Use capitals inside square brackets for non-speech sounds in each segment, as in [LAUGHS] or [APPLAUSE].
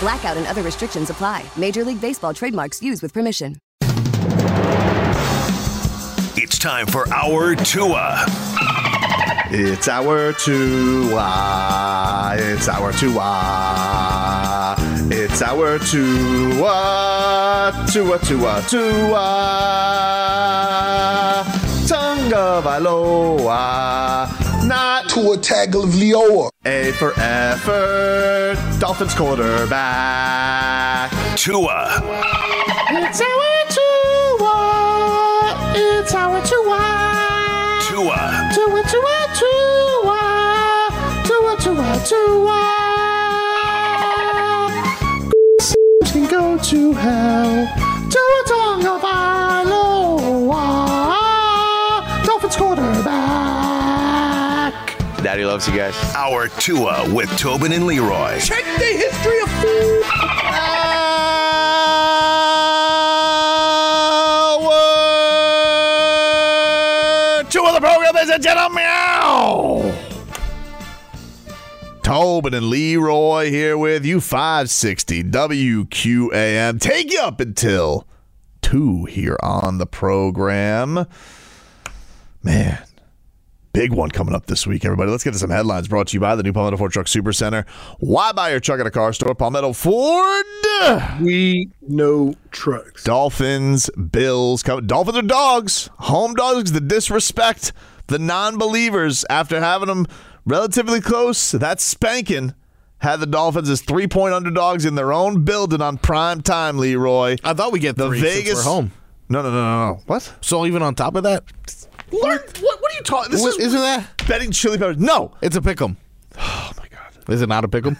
Blackout and other restrictions apply. Major League Baseball trademarks used with permission. It's time for our Tua. It's our Tua. It's our Tua. It's ah, our Tua. Tua, Tua, Tua. Tonga Valoa. Not Tua Tagovailoa. A for effort. Dolphins quarterback. Tua. It's our Tua. It's our Tua. Tua. Tua, Tua, Tua. Tua, Tua, Tua. can go to hell. Tua Tonga Valoa. Dolphins quarterback. Daddy loves you guys. Our Tua with Tobin and Leroy. Check the history of Our Tua the program is a gentle meow. Tobin and Leroy here with you, 560 WQAM. Take you up until 2 here on the program. Man, big one coming up this week, everybody. Let's get to some headlines brought to you by the new Palmetto Ford Truck Super Center. Why buy your truck at a car store? Palmetto Ford. We know trucks. Dolphins, Bills. Come, Dolphins are dogs. Home dogs. The disrespect, the non-believers. After having them relatively close, that spanking had the Dolphins as three-point underdogs in their own building on prime time. Leroy, I thought we get the three since Vegas we're home. No, no, no, no, no. What? So even on top of that, What? What, what are you talking? This is is isn't that? betting chili peppers. No, It's a pick'em. oh my god. Is it not a pick'em?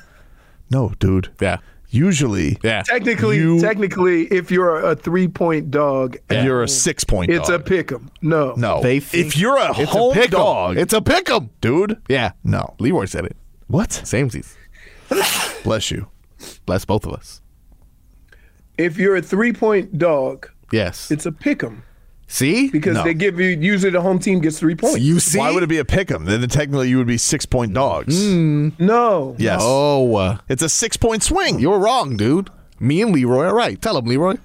No, dude. Yeah, Usually, yeah. Technically, You- technically, if you're a three-point dog, you're a six-point. it's dog. a pick'em. No, No, They think if you're a It's home a pick'em. dog, It's a pick'em. dude. Yeah. No, Leroy said it. what? Samesies. Bless you. Bless both of us. If you're a three-point dog, Yes. it's a pick'em see? because No. they give you usually the home team gets three points. you see? Why would it be a pick 'em? Then technically you would be six point dogs. no, Yes. Oh, uh, It's a six point swing. you're wrong, dude. Me and Leroy are right. Tell him, Leroy.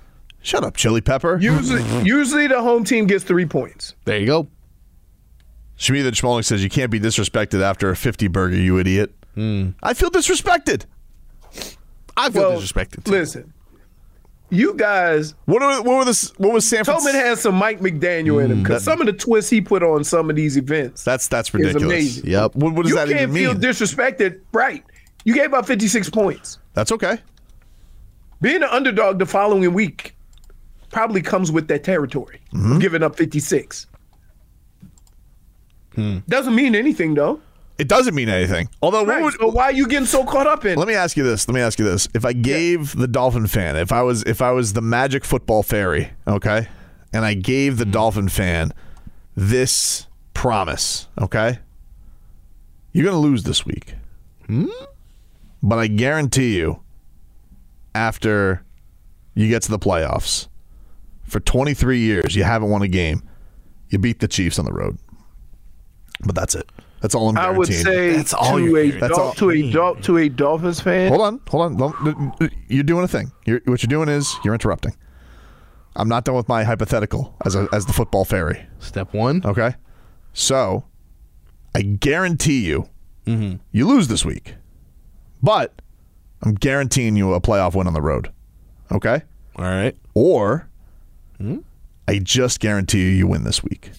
Shut up, Chili Pepper. usually usually the home team gets three points. There you go. Shmita Chmolnik says you can't be disrespected after a 50 burger, you idiot. I feel disrespected. I feel Well, disrespected. too. Listen, you guys What, are, what, were this, what was San Tobin Francisco? has some Mike McDaniel in him Mm, because some of the twists he put on some of these events. That's, that's ridiculous. amazing. Yep. What, what does you that can't even feel mean? disrespected, right? You gave up 56 points. that's okay. Being an underdog the following week probably comes with that territory. Mm-hmm. of Giving up 56 Hmm. doesn't mean anything though. It doesn't mean anything. Although, what Right. would- so why are you getting so caught up in? let me ask you this. Let me ask you this. If I gave the Dolphin fan, if I was if I was the magic football fairy, okay, and I gave the Mm-hmm. Dolphin fan this promise, okay, you're gonna lose this week. Hmm? But I guarantee you, after you get to the playoffs, for 23 years you haven't won a game. You beat the Chiefs on the road, but that's it. That's all I'm I guaranteeing. would say That's all to you're a hearing. That's Dol- all- to a Dol- to a Dolphins fan. Hold on, hold on. Don't- uh, You're doing a thing. You're, what you're doing is you're interrupting. I'm not done with my hypothetical as a, as the football fairy. Step one. Okay, so I guarantee you, you lose this week, but I'm guaranteeing you a playoff win on the road. Okay, All right. or I just guarantee you, you win this week,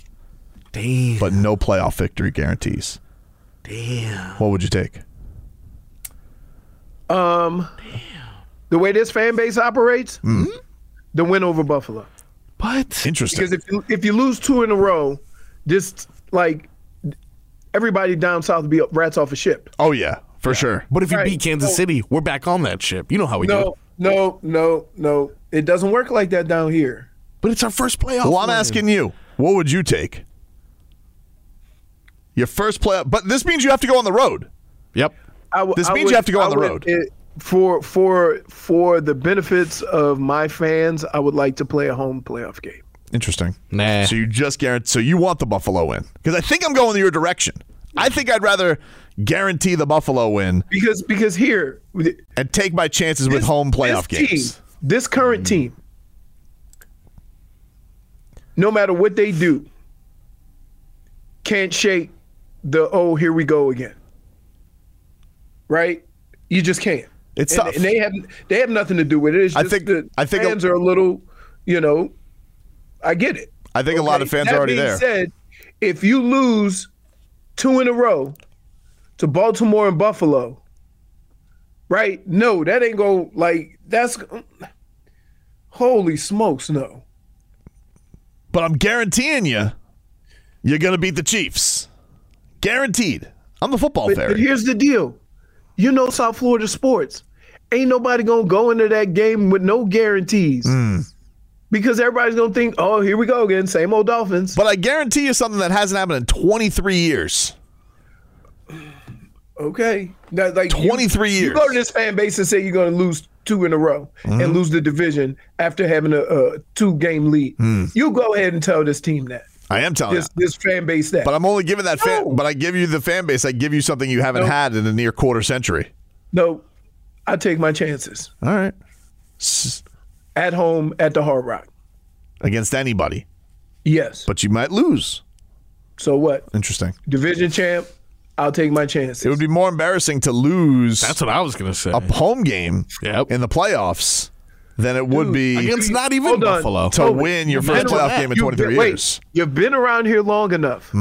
Damn. but no playoff victory guarantees. Damn. What would you take? The way this fan base operates, Hmm. the win over Buffalo. But Interesting. Because if you, if you lose two in a row, just like everybody down south will be rats off a ship. oh yeah, for sure. but if you Right, beat Kansas so- City, we're back on that ship. You know how we do. No, no, no, no. It doesn't work like that down here. But it's our first playoff. Well, I'm win. asking you, what would you take? Your first playoff, but this means you have to go on the road. Yep. I w- This I means you have to go on the would- road. it- for for for the benefits of my fans, I would like to play a home playoff game. Interesting. Nah. So you just guarantee. So you want the Buffalo win because I think I'm going your direction. I think I'd rather guarantee the Buffalo win Because because here with it- and take my chances with this- home playoff this games. Mm-hmm. Team, this current team, no matter what they do, can't shake the oh here we go again. Right? You just can't. It's and, tough. and they have they have nothing to do with it. It's I just think- the I think a- fans are a little, you know. I get it. I think a lot of Okay, fans that are already being there. Said, if you lose two in a row to Baltimore and Buffalo, right? No, that ain't go like that's. Holy smokes, no. but I'm guaranteeing you, you're going to beat the Chiefs. Guaranteed. I'm the football But, fairy. but here's the deal, you know South Florida sports. Ain't nobody gonna go into that game with no guarantees. Hmm. Because everybody's gonna think, oh, here we go again, same old Dolphins. but I guarantee you something that hasn't happened in 23 years. Okay. That, like you- 23 you years. Mm-hmm. go to this fan base and say you're going to lose two in a row and lose the division after having a, a two game lead. Hmm. You go ahead and tell this team that. I am telling This you. this fan base that. But I'm only giving that No. fan. But I give you the fan base. I give you something you haven't had in a near quarter century. no, I take my chances All right. at home at the Hard Rock. Against anybody, Yes. but you might lose. so what? Interesting. Division champ, I'll take my chances. It would be more embarrassing to lose That's what I was gonna say. a home game Yep. in the playoffs than it would be Against not even Hold on. Buffalo. to win your first Handle playoff that. game in You've 23 been- wait, years. Hmm? you've been around here long enough.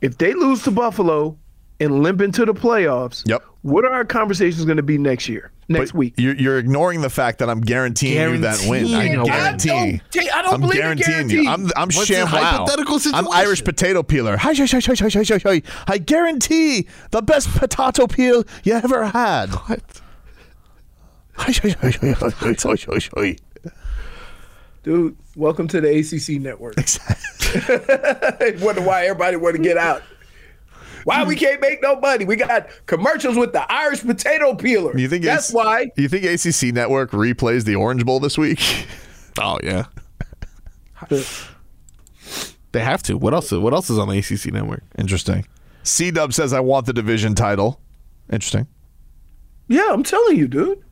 If they lose to Buffalo and limp into the playoffs, Yep. what are our conversations going to be next year, next week? You're, you're ignoring the fact that I'm guaranteeing you that Guaranteeing win. a I win. guarantee. I don't ta- I don't am believe in guaranteeing you. guarantees. I'm I'm What's sham the hypothetical I'm situation? Irish potato peeler. Hi, hi, hi, hi, hi, hi, hi, hi. I guarantee the best potato peel you ever had. What? Hi, hi, hi, hi, hi, hi, hi, hi, hi. Dude, welcome to the ACC network. [LAUGHS] I wonder why everybody want to get out. Why we can't make no money? We got commercials with the Irish potato peeler. You think that's AC why? You think ACC Network replays the Orange Bowl this week? [LAUGHS] Oh yeah. they have to. What else? What else is on the ACC network? Interesting. C Dub says I want the division title. Interesting. Yeah, I'm telling you, dude.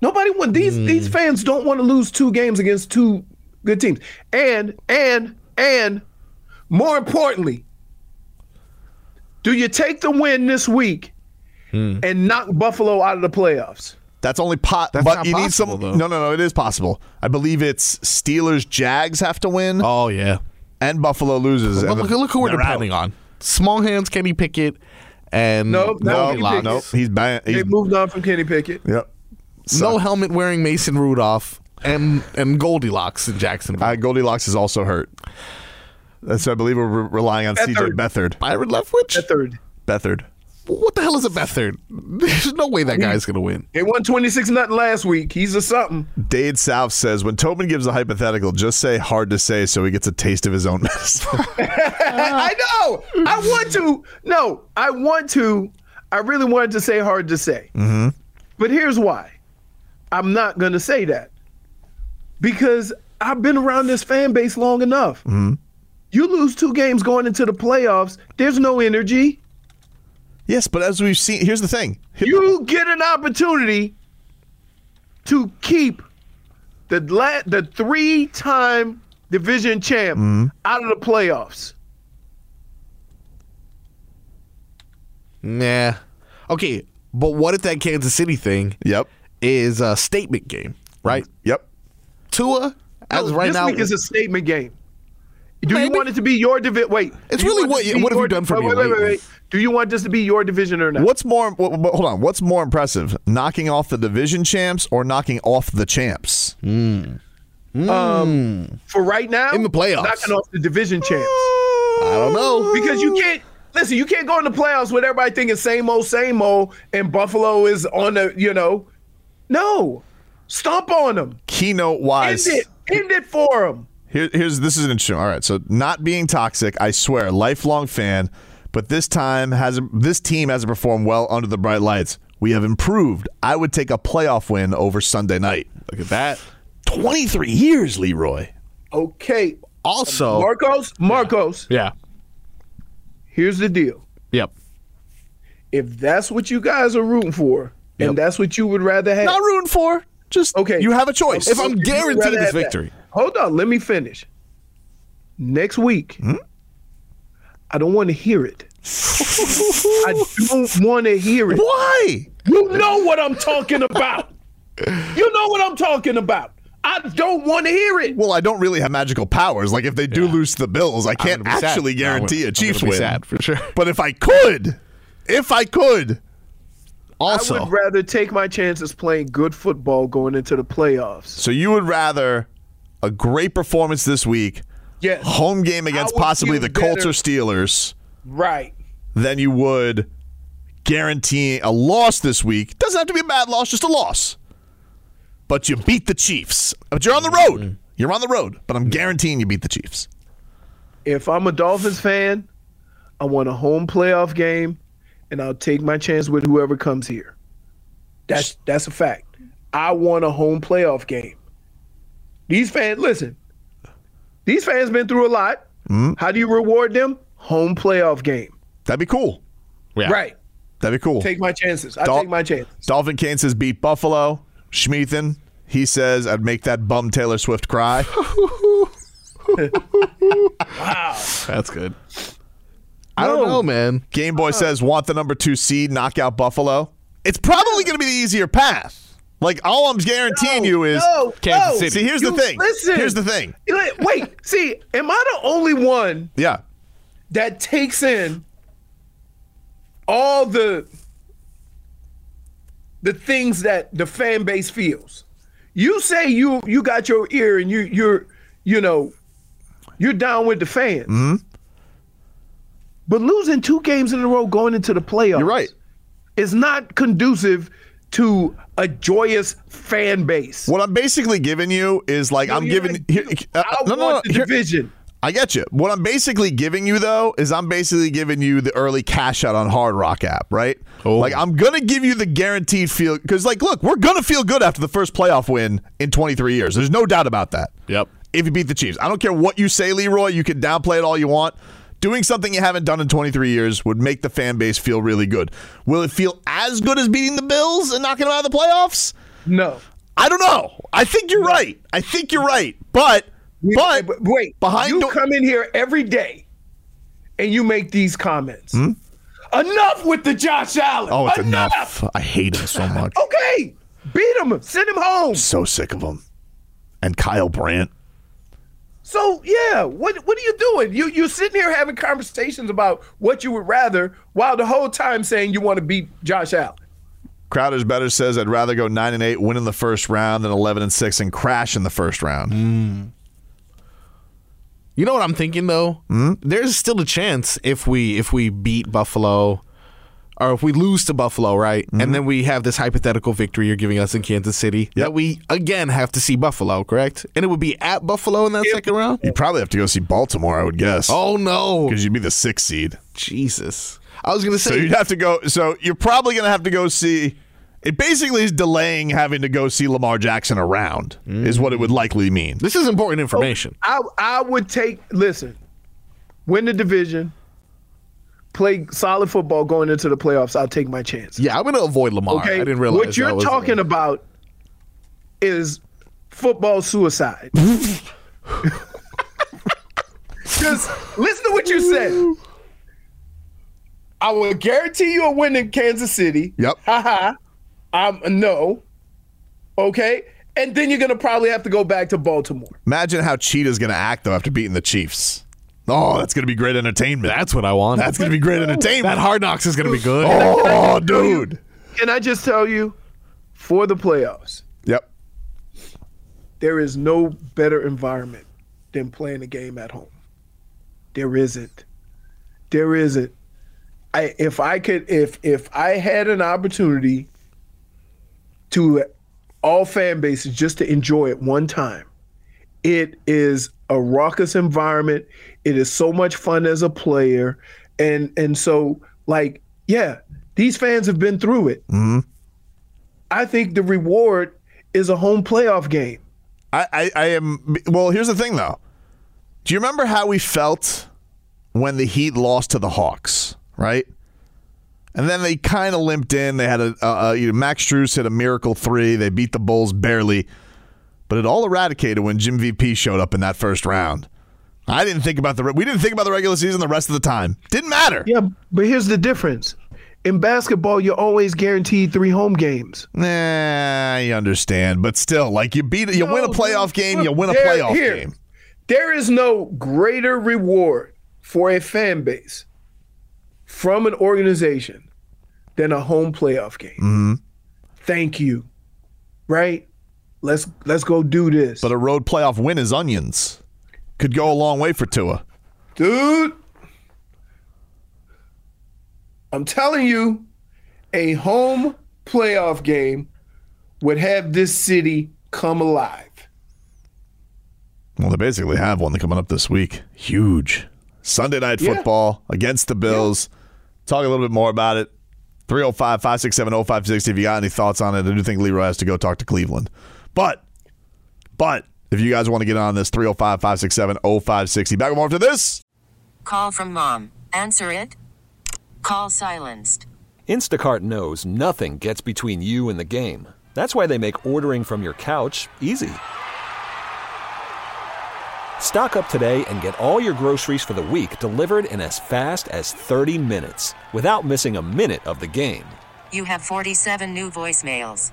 Nobody want these Hmm. these fans don't want to lose two games against two good teams. And and and more importantly, do you take the win this week Hmm. and knock Buffalo out of the playoffs? That's only pot. That's but not you need possible, some. though. No, no, no. It is possible. I believe it's Steelers. Jags have to win, Oh yeah. and Buffalo loses. Well, and look, the- look who we're they're out. depending on. Small hands, Kenny Pickett, and Nope, no, no, Locke. Nope. He's ban. They He's, moved on from Kenny Pickett. yep. no helmet wearing Mason Rudolph and and Goldilocks in Jacksonville. Uh, Goldilocks is also hurt. That's I believe we're re- relying on C.J. Bethard. Byron Leftwich. That third. Bethard. What the hell is a Bethard? [LAUGHS] There's no way that guy's gonna win. They won 26 nothing last week. He's a something. Dade South says when Tobin gives a hypothetical, just say hard to say so he gets a taste of his own medicine. I know. I want to. No, I want to. I really wanted to say hard to say. But here's why I'm not going to say that because I've been around this fan base long enough. You lose two games going into the playoffs, there's no energy. yes, but as we've seen, here's the thing. You get an opportunity to keep the la- the three time division champ out of the playoffs. Nah. Okay, but what if that Kansas City thing Yep. Mm. is a statement game, right? Yep. Tua as of right this now, week is a statement game. Do Maybe. you want it to be your division? Wait, It's do you want really this what to you- be what have your you done for wait, me Wait, wait, wait, lately? wait. Do you want this to be your division or not? What's more? What, what, hold on. What's more impressive, knocking off the division champs or knocking off the champs? for right now In the playoffs. knocking off the division champs I don't know. because you can't listen. You can't go in the playoffs with everybody thinking same old, same old, and Buffalo is on the you know, no, stomp on them, Keynote end wise, it, end it for them. Here, here's this is an interesting. All right, so not being toxic, I swear, lifelong fan, but this time has this team hasn't performed well under the bright lights. We have improved. I would take a playoff win over Sunday night. Look at that. 23 years, Leroy. Okay, Also, Marcos, Marcos. yeah, Here's the deal: yep. if that's what you guys are rooting for, Yep. and that's what you would rather have, Not rooting for. Just Okay. You have a choice. If I'm If you guaranteed rather this have that- victory, Hold on, let me finish. Next week, I don't want to hear it. I don't want to hear [LAUGHS] it. why? You know what I'm talking about. you know what I'm talking about. I don't want to hear it. Well, I don't really have magical powers. Like if they do lose to the Bills, I can't gonna be sad. actually No, I'm guarantee gonna- a I'm Chiefs gonna be win. sad, for sure. [LAUGHS] But if I could, if I could, I also, would rather take my chances playing good football going into the playoffs. So you would rather a great performance this week, Yes. home game against I would possibly feel the Colts better- or Steelers, Right. than you would guaranteeing a loss this week. Doesn't have to be a bad loss, just a loss. But you beat the Chiefs. But you're on the Mm-hmm. road. You're on the road. But I'm guaranteeing you beat the Chiefs. If I'm a Dolphins fan, I want a home playoff game, and I'll take my chance with whoever comes here. That's that's a fact. I want a home playoff game. These fans, listen. These fans been through a lot. Mm-hmm. How do you reward them? Home playoff game. That'd be cool. yeah. Right. That'd be cool. Take my chances. I Dol- take my chances. Dolphin Kane says beat Buffalo. Schmeathen, he says I'd make that bum Taylor [LAUGHS] Swift cry. That's good. I don't know, man. Game Boy says want the number two seed, knock out Buffalo. It's probably going to be the easier path. Like all I'm guaranteeing you is no, Kansas City. See, here's the You thing. listen. Here's the thing. Wait, see, am I the only one Yeah. that takes in all the the things that the fan base feels. You say you you got your ear and you you're you know you're down with the fans. Mm-hmm. But losing two games in a row going into the playoffs You're right. is not conducive to a joyous fan base. What I'm basically giving you is like I'm You're giving like, here, dude, uh, I no, no, want no, the here- division. I get you. What I'm basically giving you though is I'm basically giving you the early cash out on Hard Rock app, right? Like I'm gonna give you the guaranteed feel because like look, we're gonna feel good after the first playoff win in 23 years. There's no doubt about that. Yep. If you beat the Chiefs, I don't care what you say, Leroy. You can downplay it all you want. Doing something you haven't done in 23 years would make the fan base feel really good. Will it feel as good as beating the Bills and knocking them out of the playoffs? No. I don't know. I think you're right. I think you're right. But but wait, behind you door- come in here every day and you make these comments. Enough with the Josh Allen. Hmm? Oh, it's enough. I hate [LAUGHS] him so much. Okay, beat him, send him home. so sick of him. And Kyle Brandt. So yeah, what what are you doing? You you sitting here having conversations about what you would rather, while the whole time saying you want to beat Josh Allen. Crowder's better says I'd rather go nine and eight, win in the first round, than eleven and six and crash in the first round. Mm. You know what I'm thinking though? Hmm? Mm? There's still a chance if we if we beat Buffalo or if we lose to Buffalo, right? Hmm? And then we have this hypothetical victory you're giving us in Kansas City that we again have to see Buffalo, correct? And it would be at Buffalo in that second round? You'd probably have to go see Baltimore, I would guess. Oh no. because you'd be the sixth seed. Jesus. I was going to So say you'd have to go. So you're probably gonna have to go see. It basically is delaying having to go see Lamar Jackson around, is what it would likely mean. this is [LAUGHS] important information. I I would take listen, win the division, play solid football going into the playoffs. I'll take my chance. Yeah, I'm going to avoid Lamar. Okay, I didn't realize what you're that was- talking about is football [LAUGHS] suicide. Because listen to what you said. I will guarantee you a win in Kansas City. Yep. Haha. I'm no. Okay. and then you're going to probably have to go back to Baltimore. Imagine how Cheetah's going to act though after beating the Chiefs. Oh, that's going to be great entertainment. That's what I want. That's going to be great that entertainment. hard knocks is going to be [LAUGHS] good. oh, dude. Can I just tell you, for the playoffs, Yep. there is no better environment than playing a game at home. There isn't. There isn't. I if I could if if I had an opportunity to all fan bases just to enjoy it one time. It is a raucous environment. It is so much fun as a player. And and so like yeah, these fans have been through it. I think the reward is a home playoff game. I, I, I am. Well, here's the thing, though. Do you remember how we felt when the Heat lost to the Hawks, right? And then they kind of limped in. They had a, a, a you know, Max Struess hit a miracle three. They beat the Bulls barely, but it all eradicated when Jim VP showed up in that first round. I didn't think about the re- we didn't think about the regular season the rest of the time. Didn't matter. Yeah, but here's the difference. In basketball, you're always guaranteed three home games. Nah, you understand, but still, like you beat, you win a playoff game, you win a There- playoff here. game. There is no greater reward for a fan base from an organization than a home playoff game. Thank you. Right? Let's let's go do this. But a road playoff win is onions. Could go a long way for Tua. Dude, I'm telling you, a home playoff game would have this city come alive. Well, they basically have one coming up this week. Huge. Sunday night Yeah. football against the Bills. Talk a little bit more about it. 305 567 0560 if you got any thoughts on it. I do think Leroy has to go talk to Cleveland. But, but, if you guys want to get on this, 305 567 0560. Back with more after this. Call from mom. Answer it. Call silenced. Instacart knows nothing gets between you and the game. That's why they make ordering from your couch easy. Stock up today and get all your groceries for the week delivered in as fast as 30 minutes without missing a minute of the game. You have 47 new voicemails.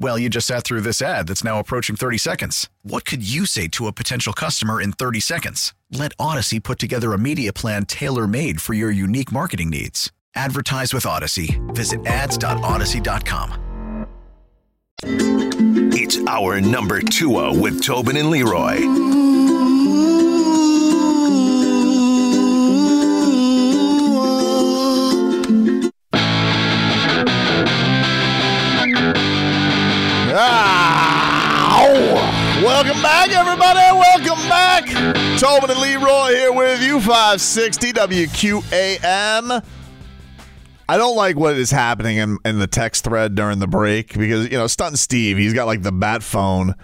Well, you just sat through this ad that's now approaching 30 seconds. What could you say to a potential customer in 30 seconds? Let Odyssey put together a media plan tailor made for your unique marketing needs. Advertise with Odyssey. Visit ads.odyssey.com. It's our number two with Tobin and Leroy. Ah, ow. welcome back, everybody. Welcome back. Tobin and Leroy here with you, 560 WQAM. I don't like what is happening in, in the text thread during the break because, you know, Stunt Steve, he's got like the bat phone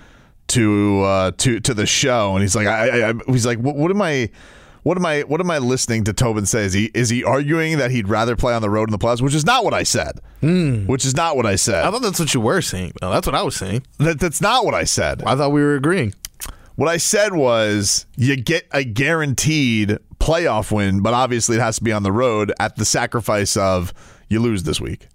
to uh, to to the show and he's like I, I, I he's like what, what am I what am I what am I listening to Tobin say is he is he arguing that he'd rather play on the road in the playoffs which is not what I said which is not what I said Hmm. I thought that's what you were saying. No, that's what I was saying. that, that's not what I said. I thought we were agreeing. What I said was you get a guaranteed playoff win, but obviously it has to be on the road at the sacrifice of you lose this week.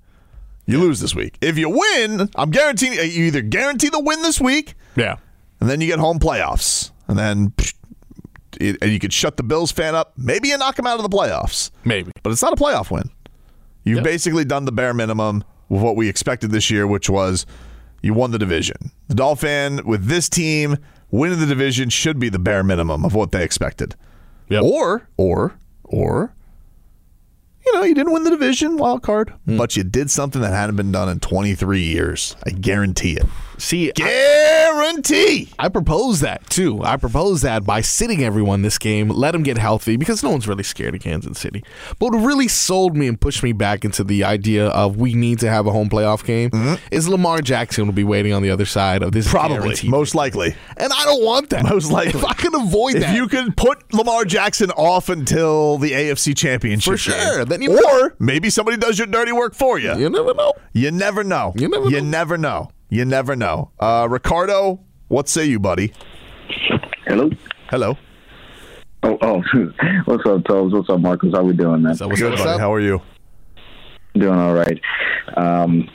You lose this week. If you win, I'm guaranteeing you either guarantee the win this week, Yeah. and then you get home playoffs, and then psh, it, and you could shut the Bills fan up. Maybe you knock them out of the playoffs, Maybe. but it's not a playoff win. You've Yep. basically done the bare minimum with what we expected this year, which was you won the division. The Dolphin with this team winning the division should be the bare minimum of what they expected. Yep. Or or or you know, you didn't win the Hmm. division wild card, but you did something that hadn't been done in 23 years. I guarantee it. See, I, Guarantee. I propose that too. I propose that by sitting everyone this game, let them get healthy because no one's really scared of Kansas City. But what really sold me and pushed me back into the idea of we need to have a home playoff game is Lamar Jackson will be waiting on the other side of this Mm-hmm. Probably. guaranteed- Most likely. and I don't want that. Most likely. if I could avoid If that, you could put Lamar Jackson off until the AFC Championship, For sure. game. Then you- or maybe somebody does your dirty work for you. you never know. You never know. You never You know. never know. You never know. Uh, Ricardo, what say you, buddy? Hello. Hello. Oh, oh. [LAUGHS] What's up, Tobes? What's up, Marcus? How we doing, man? So what's, Good, what's buddy. up? How are you? Doing all right. Um,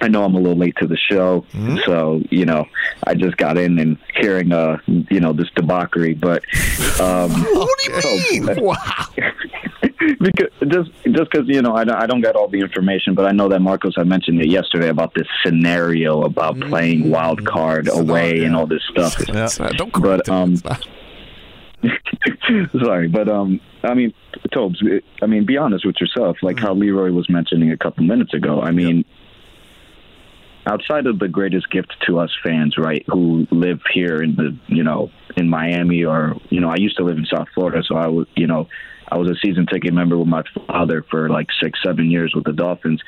I know I'm a little late to the show, so you know I just got in and hearing uh you know this debauchery, but um, What do you mean? wow. [LAUGHS] because just just because you know I don't, I don't got all the information, but I know that Marcos had mentioned it yesterday about this scenario about Mm. playing wild card away and all this stuff. Uh, don't But correct him. um, It's not- [LAUGHS] Sorry, but um, I mean, Tobes, I mean, be honest with yourself. Like Mm. how Leroy was mentioning a couple minutes ago. I mean, outside of the greatest gift to us fans, right, who live here in the, you know, in Miami or, you know, I used to live in South Florida, so I was, you know, I was a season ticket member with my father for like six, seven years with the Dolphins,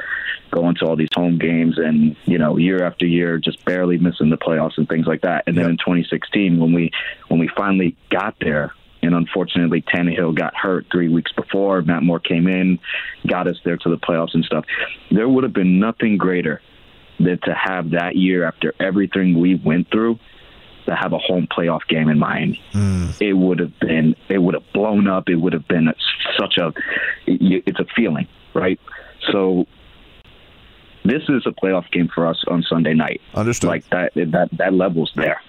going to all these home games and, you know, year after year, just barely missing the playoffs and things like that. And then in 2016, when we, when we finally got there, and unfortunately, Tannehill got hurt three weeks before. Matt Moore came in, got us there to the playoffs and stuff. There would have been nothing greater that to have that year after everything we went through to have a home playoff game in Miami. Mm. It would have been it would have blown up. It would have been such a it's a feeling, right? So this is a playoff game for us on Sunday night. Understood. Like that that that level's there.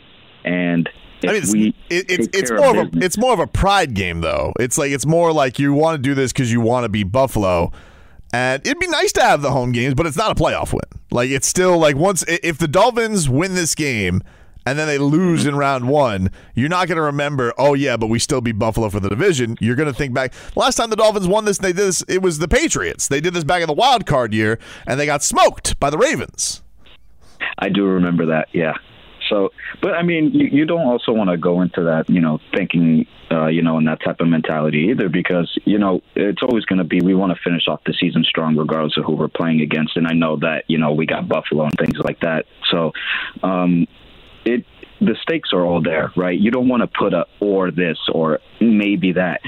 And if I mean, it's, we it, it's, take it's care more of a business- it's more of a pride game though. It's like it's more like you want to do this because you want to be Buffalo, and it'd be nice to have the home games, but it's not a playoff win. Like it's still like once i- if the Dolphins win this game and then they lose in round one, you're not going to remember. Oh yeah, but we still beat Buffalo for the division. You're going to think back. Last time the Dolphins won this, they did this. It was the Patriots. They did this back in the wild card year, and they got smoked by the Ravens. I do remember that. Yeah. So, but I mean, you, you don't also want to go into that, you know, thinking, uh, you know, in that type of mentality either, because you know it's always going to be we want to finish off the season strong, regardless of who we're playing against. And I know that you know we got Buffalo and things like that. So, um, it the stakes are all there, right? You don't want to put a or this or maybe that.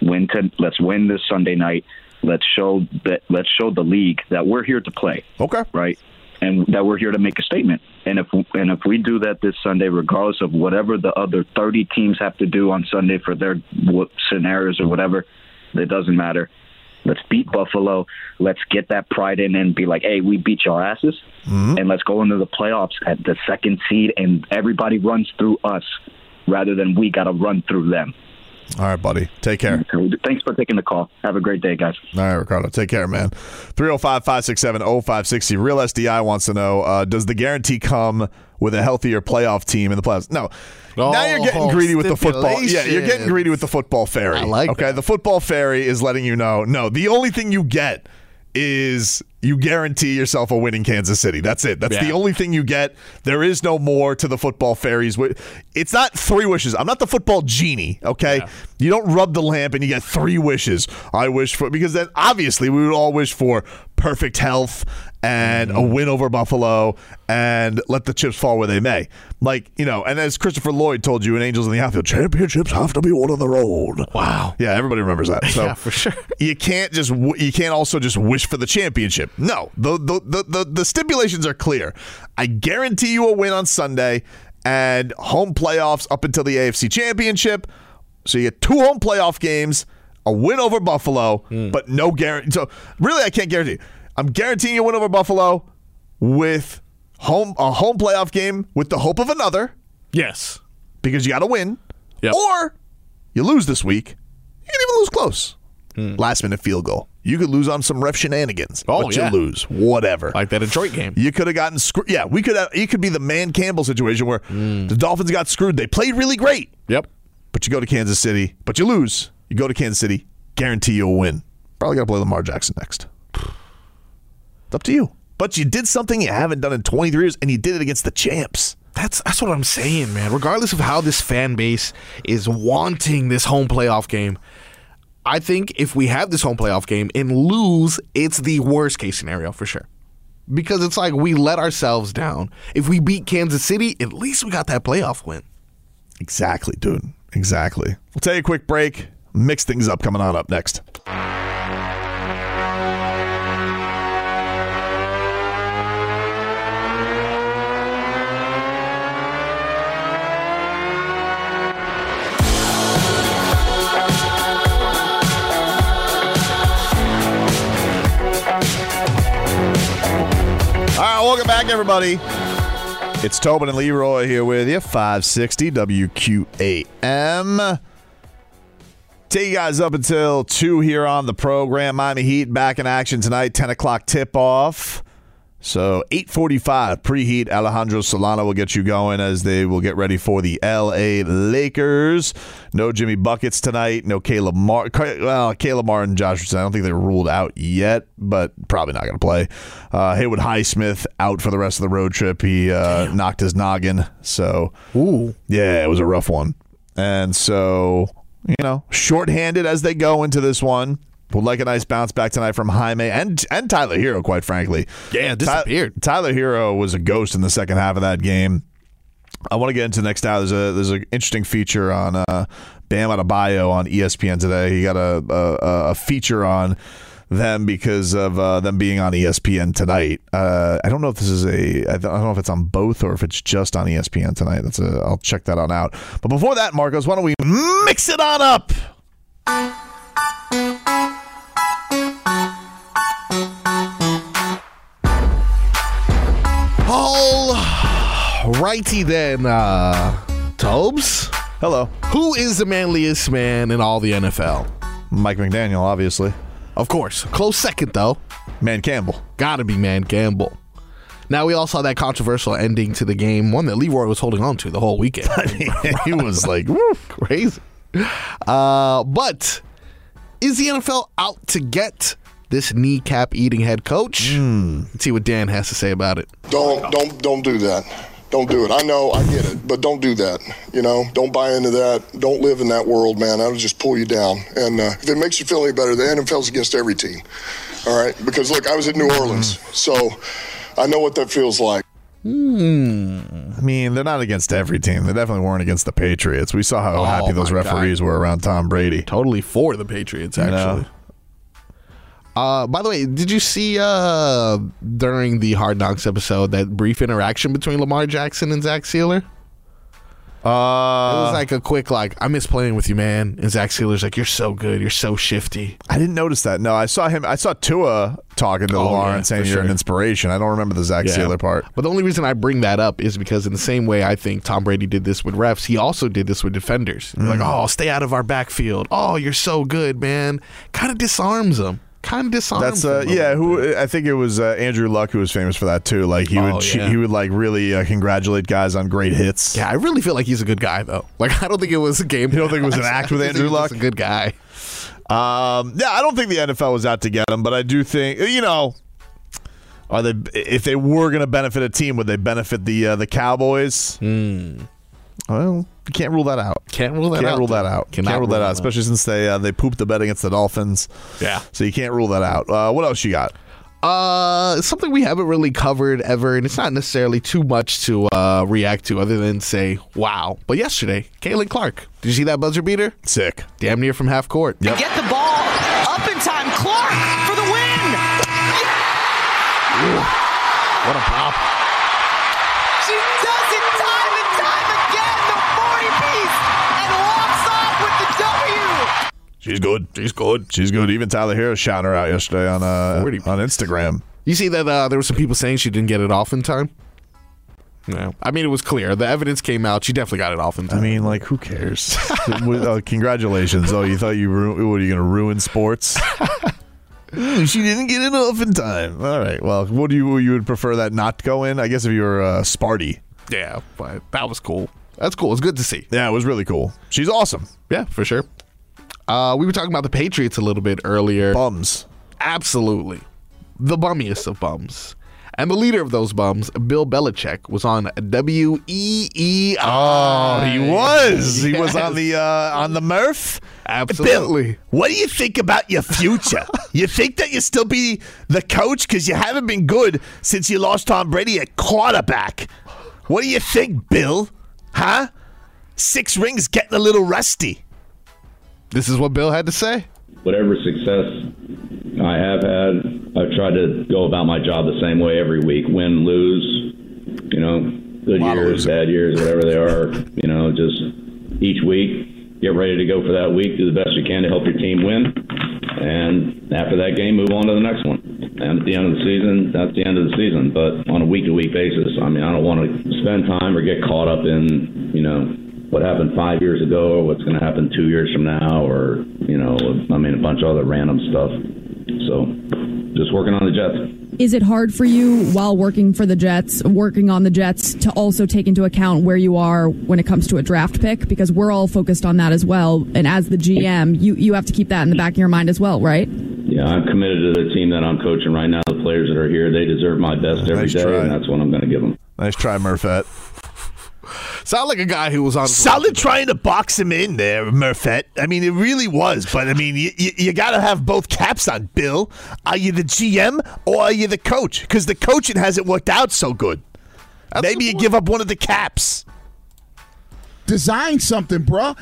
Win to, let's win this Sunday night. Let's show that let's show the league that we're here to play Okay. right? And that we're here to make a statement. And if and if we do that this Sunday, regardless of whatever the other thirty teams have to do on Sunday for their what, scenarios or whatever, it doesn't matter. Let's beat Buffalo. Let's get that pride in and be like, hey, we beat your asses, Mm-hmm. and let's go into the playoffs at the second seed, and everybody runs through us rather than we got to run through them. All right, buddy. Take care. So thanks for taking the call. Have a great day, guys. All right, Ricardo. Take care, man. 305 567 0560. oh. Real SDI wants to know uh, Does the guarantee come with a healthier playoff team in the playoffs? No. now you're getting Oh, greedy with the football. Yeah, you're getting stipulations. greedy with the football fairy. I like Okay, that. the football fairy is letting you know no, the only thing you get is you guarantee yourself a win in Kansas City. That's it. That's the Yeah. only thing you get. There is no more to the football fairies. wi- It's not three wishes. I'm not the football genie, okay? You don't rub the lamp and you get three wishes. I wish for because then obviously we would all wish for perfect health and Mm-hmm. a win over Buffalo and let the chips fall where they may. Like, you know, and as Christopher Lloyd told you in Angels in the Outfield, championships have to be won on the road. wow. Yeah, everybody remembers that. [LAUGHS] So Yeah, for sure. You can't just w- you can't also just wish for the championship. No, the the, the the the stipulations are clear. I guarantee you a win on Sunday and home playoffs up until the AFC Championship. So you get two home playoff games, a win over Buffalo, Hmm. but no guarantee. So really, I can't guarantee. I'm guaranteeing you a win over Buffalo with home a home playoff game with the hope of another Yes. because you got to win, Yep. or you lose this week. You can even lose close. Last minute field goal. You could lose on some ref shenanigans. Hmm. Oh, but yeah. you lose. Whatever. Like that Detroit game. you could have gotten screwed. Yeah, we could have. It could be the man Campbell situation where Hmm. the Dolphins got screwed. They played really great, Yep. but you go to Kansas City, but you lose. You go to Kansas City, guarantee you'll win. Probably got to play Lamar Jackson next. It's up to you. But you did something you haven't done in 23 years, and you did it against the champs. That's that's what I'm saying, man. Regardless of how this fan base is wanting this home playoff game, I think if we have this home playoff game and lose, it's the worst case scenario for sure. Because it's like we let ourselves down. If we beat Kansas City, at least we got that playoff win. Exactly, dude. Exactly. We'll take a quick break. Mix things up coming on up next. All right, welcome back, everybody. It's Tobin and Leroy here with you, 560 WQAM. Take you guys up until 2 here on the program. Miami Heat back in action tonight, 10 o'clock tip-off. So 845 preheat. Alejandro Solana will get you going as they will get ready for the L.A. Lakers. No Jimmy Buckets tonight. No Caleb Mar. Ca- Well, Caleb Martin, Josh Richardson. I don't think they're ruled out yet, but probably not going to play. Uh, Haywood Highsmith out for the rest of the road trip. He uh, knocked his noggin. So, Ooh. yeah, it was a rough one. And so, you know, shorthanded as they go into this one. Would like a nice bounce back tonight from Jaime and and Tyler Hero, quite frankly. Yeah, disappeared. Ty- Tyler Hero was a ghost in the second half of that game. I want to get into the next hour. There's a there's an interesting feature on uh, Bam Adebayo on E ESPN today. He got a a, a feature on them because of uh, them being on ESPN tonight. Uh, I don't know if this is a I don't I don't know if it's on both or if it's just on E ESPN tonight. That's a I'll check that on out. But before that, Marcos, why don't we mix it on up? All righty then, uh Tobes. Hello, Who is the manliest man in all the NFL? Mike McDaniel, obviously. Of course. Close second though. Man Campbell. Gotta be Man Campbell. Now we all saw that controversial ending to the game, one that Leroy was holding on to the whole weekend. he was like, woo. Crazy. Uh, but is the NFL out to get this kneecap eating head coach? Let's see what Dan has to say about it. Don't don't don't do that. Don't do it. I know, I get it, but don't do that. You know, don't buy into that. Don't live in that world, man. That'll just pull you down. And uh, if it makes you feel any better, the NFL's against every team. All right, because look, I was in New Orleans, so I know what that feels like. I mean, they're not against every team. They definitely weren't against the Patriots. We saw how happy those Oh my God. referees were around Tom Brady. Totally for the Patriots, actually. Uh, by the way, did you see uh, during the Hard Knocks episode that brief interaction between Lamar Jackson and Zach Sealer? It Uh, was like a quick, like, I miss playing with you, man. And Zach Sealer's like, You're so good. You're so shifty. I didn't notice that. No, I saw him. I saw Tua talking to Lamar Oh, yeah, and saying for you're an sure. inspiration. I don't remember the Zach Yeah. Sealer part. But the only reason I bring that up is because in the same way I think Tom Brady did this with refs, he also did this with defenders. Like, Mm. oh, stay out of our backfield. Oh, you're so good, man. Kind of disarms them. Kind of disarms. That's uh, them a yeah. little bit. Who I think it was uh, Andrew Luck who was famous for that too. Like he would Oh, che- yeah. he would like really uh, congratulate guys on great hits. Yeah, I really feel like he's a good guy though. Like, I don't think it was a game. You don't think it [LAUGHS] was an act with I think Andrew he was Luck? A good guy. Um, yeah, I don't think the NFL was out to get him, but I do think you know, are they if they were going to benefit a team, would they benefit the uh, the Cowboys? Well, you can't rule that out. Can't rule that Can't out. rule that out. Hmm. Cannot can't rule that out, especially since they uh, they pooped the bet against the Dolphins. Yeah. So you can't rule that out. Uh, what else you got? Uh, something we haven't really covered ever, and it's not necessarily too much to uh, react to, other than say, "Wow!" But yesterday, Caitlin Clark, did you see that buzzer beater? Sick. Damn near from half court. Yep. Get the ball up in time. Clark for the win. What a pop! She does it time and time again. The 40 piece and walks off with the W. She's good. She's good. She's good. Even Tyler Hero shot her out yesterday on uh, 40. on Instagram. You see that uh, there were some people saying she didn't get it off in time. No, I mean it was clear. The evidence came out. She definitely got it off in time. I mean, like, who cares? [LAUGHS] With- uh, congratulations. Oh, you thought you ru- what, are you going to ruin sports? [LAUGHS] Mm, she didn't get it off in time. All right. Well, what do you you would prefer that not go in? I guess if you were uh, Sparty. yeah, but that was cool. That's cool. It's good to see. Yeah, it was really cool. She's awesome. Yeah, for sure. Uh, we were talking about the Patriots a little bit earlier. Bums. Absolutely, the bummiest of bums. And the leader of those bums, Bill Belichick, was on E WEEI. Oh, he was. He was on the uh, on the Murph. Absolutely. Bill, what do you think about your future? [LAUGHS] you think that you'll still be the coach because you haven't been good since you lost Tom Brady at quarterback? What do you think, Bill? Huh? Six rings getting a little rusty. This is what Bill had to say. whatever success I have had, I've tried to go about my job the same way every week win, lose, you know, good years, bad years, whatever they are, you know, just each week get ready to go for that week, do the best you can to help your team win. And after that game, move on to the next one. And at the end of the season, that's the end of the season. But on a week to week basis, I mean, I don't want to spend time or get caught up in, you know, what happened five years ago or what's going to happen two years from now or you know i mean a bunch of other random stuff so just working on the jets Is it hard for you while working for the Jets, working on the Jets, to also take into account where you are when it comes to a draft pick? Because we're all focused on that as well. And as the GM, you, you have to keep that in the back of your mind as well, right? yeah i'm committed to the team that i'm coaching right now the players that are here they deserve my best every Nice day, try. and that's what i'm going to give them Nice try, Murphette. Sound like a guy who was on solid trying to box him in there, Murphette. I mean, it really was. But I mean, you, you, you got to have both caps on. Bill, are you the GM or are you the coach? Because the coaching hasn't worked out so good. Maybe you give up one of the caps. Design something, bruh.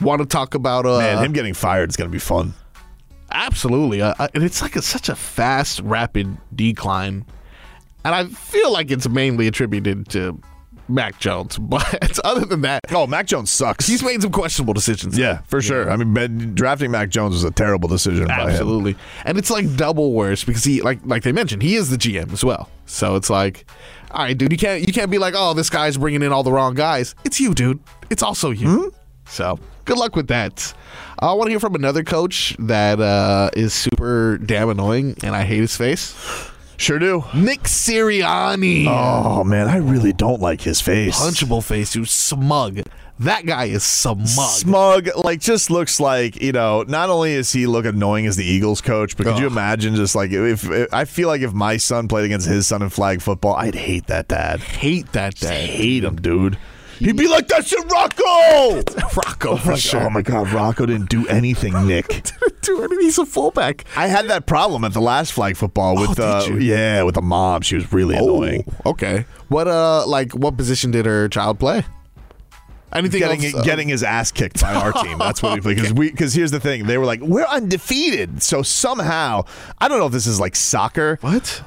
Want to talk about uh, Man, him getting fired is going to be fun. Absolutely, uh, uh, and it's like a, such a fast, rapid decline, and I feel like it's mainly attributed to Mac Jones. [LAUGHS] But other than that, oh, Mac Jones sucks. He's made some questionable decisions. Yeah, for sure. I mean, ben- drafting Mac Jones was a terrible decision. Absolutely, and it's like double worse because he, like, like they mentioned, he is the GM as well. So it's like, all right, dude, you can't you can't be like, oh, this guy's bringing in all the wrong guys. It's you, dude. It's also you. Hmm? So good luck with that. I want to hear from another coach that uh, is super damn annoying, and I hate his face. Sure do. Nick Sirianni. Oh man, I really don't like his face. Punchable face, dude. Smug. That guy is smug. Smug, like, just looks like you know. Not only is he look annoying as the Eagles coach, but could you imagine just like if, if I feel like if my son played against his son in flag football, I'd hate that dad. Hate that dad. Hate him, dude. He'd be like, "That's your Rocco." [LAUGHS] Rocco for sure. Oh my God, Rocco didn't [LAUGHS] do anything, Nick. Dude, I mean, he's a fullback. I had that problem at the last flag football with Oh, uh, did you? yeah, with a mom. She was really annoying. Okay. What uh like what position did her child play? Anything getting else, uh, getting his ass kicked by our team. That's what we played because we because here's the thing. They were like, we're undefeated. So somehow, I don't know if this is like soccer. What?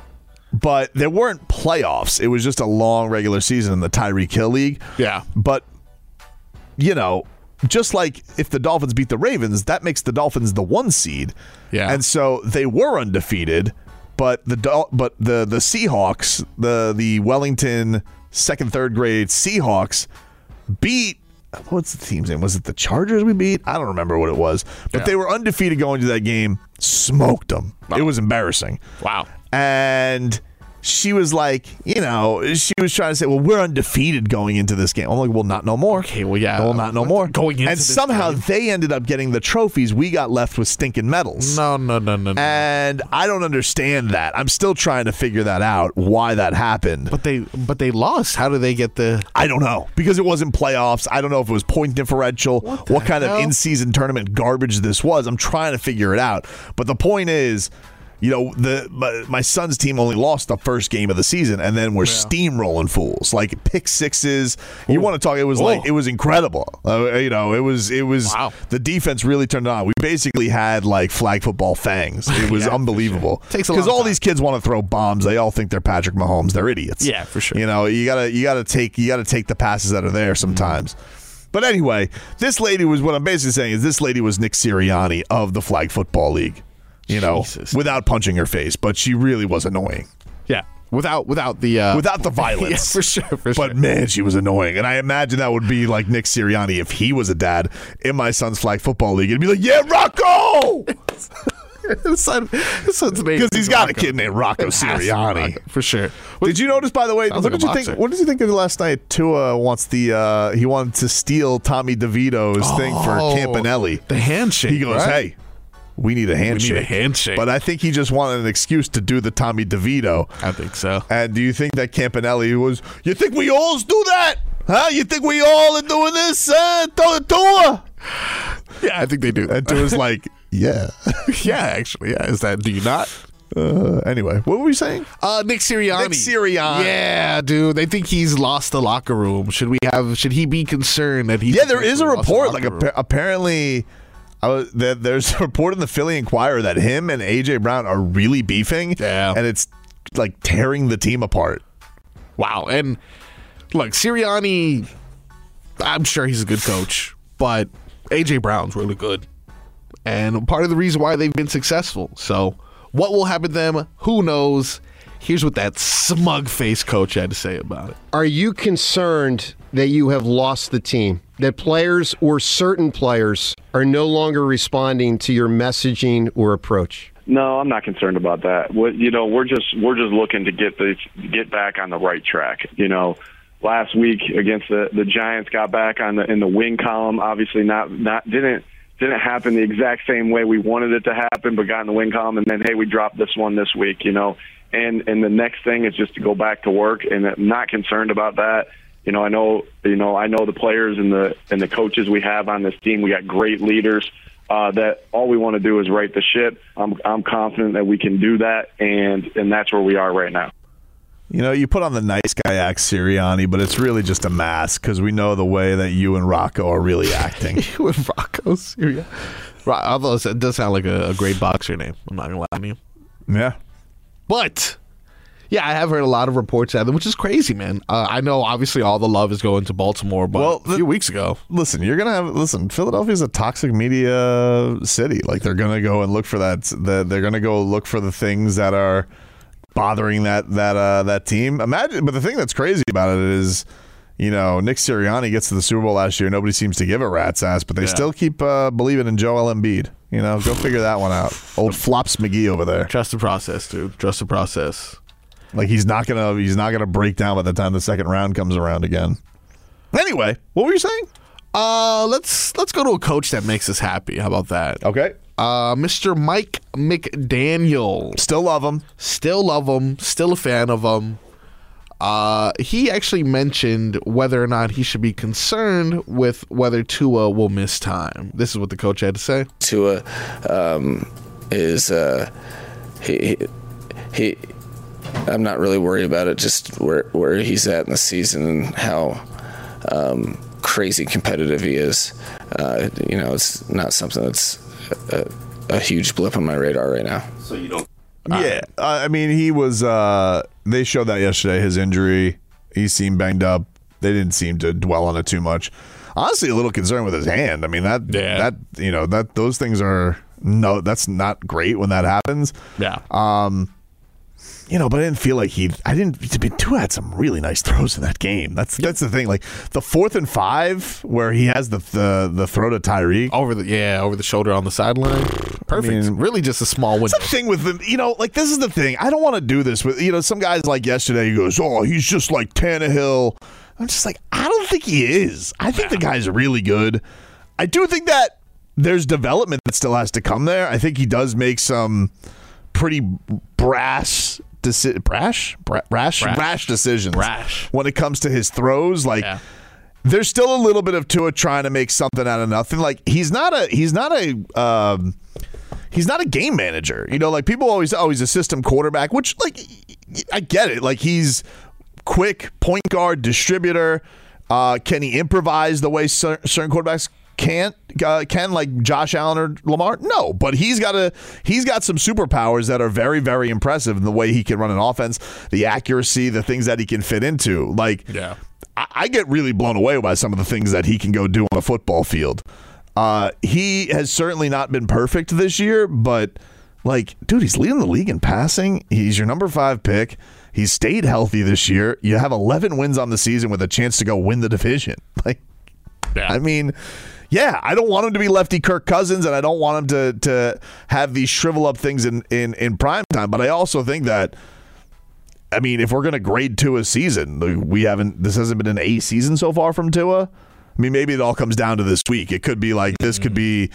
But there weren't playoffs. It was just a long regular season in the Tyree Kill League. Yeah. But you know, just like if the Dolphins beat the Ravens, that makes the Dolphins the one seed. Yeah. And so they were undefeated, but the Dol- but the the Seahawks, the the Wellington second third grade Seahawks beat what's the team's name? Was it the Chargers we beat? I don't remember what it was. But Yeah. they were undefeated going to that game, smoked them. It was embarrassing. Wow. And she was like, you know, she was trying to say, well, we're undefeated going into this game. I'm like, well, not no more. Okay, well yeah. Well, not no more. Going into and this somehow game. they ended up getting the trophies. We got left with stinking medals. No, no, no, no. no. And I don't understand that. I'm still trying to figure that out. Why that happened? But they but they lost. How do they get the [LAUGHS] I don't know because it wasn't playoffs. I don't know if it was point differential, what, the kind hell? of in-season tournament garbage this was. I'm trying to figure it out. But the point is, you know, the my, my son's team only lost the first game of the season, and then we're steamrolling fools like pick sixes. You want to talk? It was like Ooh. it was incredible. Uh, you know, it was it was Wow. the defense really turned it on. We basically had like flag football fangs. [LAUGHS] Yeah, It was for sure. unbelievable. Takes a because long all time. these kids want to throw bombs. They all think they're Patrick Mahomes. They're idiots. Yeah, for sure. You know, you gotta you gotta take you gotta take the passes that are there Mm-hmm. sometimes. But anyway, this lady was what I'm basically saying is this lady was Nick Sirianni of the Flag Football League. You know, Jesus. without punching her face, but she really was annoying. Yeah. Without without the uh Without the [LAUGHS] Yeah, violence. for sure, for sure. But man, she was annoying. And I imagine that would be like Nick Sirianni if he was a dad in my son's flag football league. It'd be like, yeah, Rocco! his, [LAUGHS] son, his son's name Because he's is got a Rocco. kid named Rocco That's Sirianni. Rocco, for sure. Did you notice, by the way? What Sounds like did a you think? boxer. What did you think of last night? Tua wants the uh, he wanted to steal Tommy DeVito's thing for Oh, Campanelli. The handshake. He goes, right? "Hey, We need a handshake. handshake. But I think he just wanted an excuse to do the Tommy DeVito. I think so. And do you think that Campanelli was? You think we all do that? Huh? You think we all are doing this? Uh, to- to- Yeah, I think they do. And Tua's like, yeah, [LAUGHS] [LAUGHS] yeah, actually, yeah. Is that do you not? Uh, anyway, what were we saying? Uh, Nick Sirianni. Nick Sirianni. Yeah, dude. They think he's lost the locker room. Should we have? Should he be concerned that he? yeah, there is a lost the report. Like locker room? appa- apparently, I was, there, there's a report in the Philly Inquirer that him and AJ Brown are really beefing. Yeah, and it's like tearing the team apart. Wow. And look, Sirianni, I'm sure he's a good coach, but AJ Brown's really good. And part of the reason why they've been successful. So, what will happen to them? Who knows? Here's what that smug face coach had to say about it. Are you concerned that you have lost the team? That players or certain players are no longer responding to your messaging or approach? No, I'm not concerned about that. What you know, we're just we're just looking to get the get back on the right track. You know, last week against the the Giants, got back on the in the win column. Obviously, not not didn't didn't happen the exact same way we wanted it to happen, but got in the win column, and then hey, we dropped this one this week. You know, and and the next thing is just to go back to work, and I'm not concerned about that. You know, I know you know I know the players and the and the coaches we have on this team. We got great leaders uh, that all we want to do is right the ship. I'm, I'm confident that we can do that, and and that's where we are right now. You know, you put on the nice guy act, Sirianni, but it's really just a mask because we know the way that you and Rocco are really acting. [LAUGHS] you and Rocco Sirianni. Right, although it does sound like a, a great boxer name. I'm not gonna lie to you. Yeah. But yeah, I have heard a lot of reports out of them, which is crazy, man. Uh, I know obviously all the love is going to Baltimore, but Well, a few weeks ago, Listen, you're gonna have listen. Philadelphia's a toxic media city. Like they're gonna go and look for that. The, they're gonna go look for the things that are bothering that that uh, that team. Imagine, but the thing that's crazy about it is, you know, Nick Sirianni gets to the Super Bowl last year. Nobody seems to give a rat's ass, but they Yeah. still keep uh, believing in Joel Embiid. You know, go figure that one out. Old flops McGee over there. Trust the process, dude. Trust the process. Like he's not gonna he's not gonna break down by the time the second round comes around again. Anyway, what were you saying? Uh, let's let's go to a coach that makes us happy. How about that? Okay. Uh, Mr. Mike McDaniel. Still love him. Still love him. Still a fan of him. Uh, he actually mentioned whether or not he should be concerned with whether Tua will miss time. This is what the coach had to say. Tua um, is uh, he, he he. I'm not really worried about it. Just where where he's at in the season and how um, crazy competitive he is. Uh, you know, it's not something that's a, a, a huge blip on my radar right now. So you don't yeah, uh, I mean he was. uh They showed that yesterday. His injury. He seemed banged up. They didn't seem to dwell on it too much. Honestly, a little concerned with his hand. I mean that that you know that those things are no. That's not great when that happens. Yeah. Um. You know, but I didn't feel like he. I didn't. Two had some really nice throws in that game. That's that's the thing. Like the fourth and five, where he has the the, the throw to Tyreek over the yeah over the shoulder on the sideline. Perfect. really, just a small window. It's the thing with them, you know, like this is the thing. I don't want to do this with you know some guys like yesterday. He goes, "Oh, he's just like Tannehill." I'm just like, I don't think he is. I think the guy's really good. I do think that there's development that still has to come there. I think he does make some pretty brass. Deci- brash? Bra- rash? Brash. Rash decisions. Brash. When it comes to his throws, like there's still a little bit of Tua trying to make something out of nothing. Like he's not a he's not a um, he's not a game manager. You know, like people always always a system quarterback, which like I get it. Like he's quick point guard distributor. Uh, can he improvise the way cer- certain quarterbacks can't uh, can like Josh Allen or Lamar? No, but he's got a he's got some superpowers that are very very impressive in the way he can run an offense, the accuracy, the things that he can fit into. Like yeah. I, I get really blown away by some of the things that he can go do on a football field. Uh, he has certainly not been perfect this year, but like, dude, he's leading the league in passing. He's your number five pick. He's stayed healthy this year. You have 11 wins on the season with a chance to go win the division. [LAUGHS] Like, I mean, yeah, I don't want him to be lefty Kirk Cousins, and I don't want him to to have these shrivel up things in in in prime time. But I also think that. I mean, if we're going to grade Tua's season, like, we haven't. This hasn't been an A season so far from Tua. I mean, maybe it all comes down to this week. It could be like this could be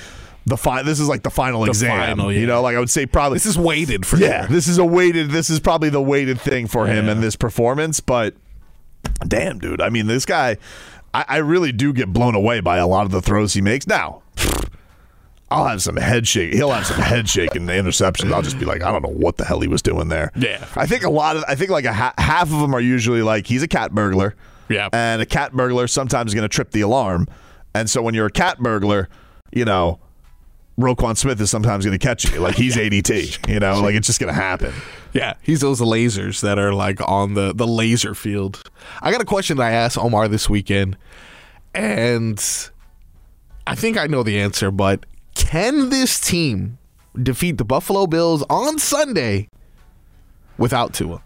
The fi- This is like the final Mm-hmm. The exam. final, You know, like I would say probably This is weighted for yeah. sure. This is a weighted. This is probably the weighted thing for him in this performance. But damn, dude. I mean, this guy. I, I really do get blown away by a lot of the throws he makes. Now, [SIGHS] I'll have some head shake. He'll have some head shake and interceptions. I'll just be like, I don't know what the hell he was doing there. Yeah. I think a lot of. I think like a ha- half of them are usually like he's a cat burglar. Yeah. And a cat burglar sometimes is going to trip the alarm, and so when you're a cat burglar, you know. Roquan Smith is sometimes going to catch you. [LAUGHS] Like he's ADT, you know, like it's just going to happen. Yeah, he's those lasers that are like on the the laser field. I got a question that I asked Omar this weekend, and I think I know the answer. But can this team defeat the Buffalo Bills on Sunday without Tua?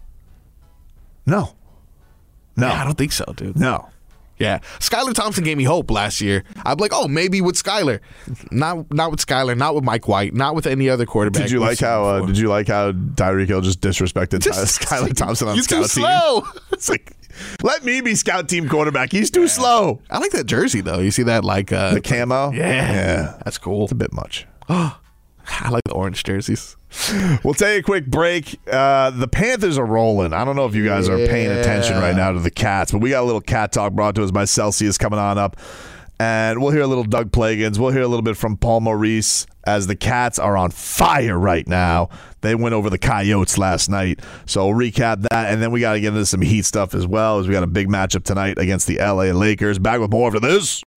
No, no, I don't think so, dude. No. Yeah, Skylar Thompson gave me hope last year. I'm like, oh, maybe with Skylar, not not with Skylar, not with Mike White, not with any other quarterback. Did you we've like seen how uh, before. did you like how Tyreek Hill just [LAUGHS] disrespected Ty- Just- Skylar Thompson on You're too scout team? [LAUGHS] slow. It's like let me be scout team quarterback. He's too slow. I like that jersey though. You see that like uh, the camo? Yeah. yeah, that's cool. It's a bit much. I like the orange jerseys. We'll take a quick break. Uh, the Panthers are rolling. I don't know if you guys are paying attention right now to the Cats, but we got a little cat talk brought to us by Celsius coming on up. And we'll hear a little Doug Plagans. We'll hear a little bit from Paul Maurice as the Cats are on fire right now. They went over the Coyotes last night. So we'll recap that. And then we got to get into some Heat stuff as well, as we got a big matchup tonight against the LA Lakers. Back with more after this.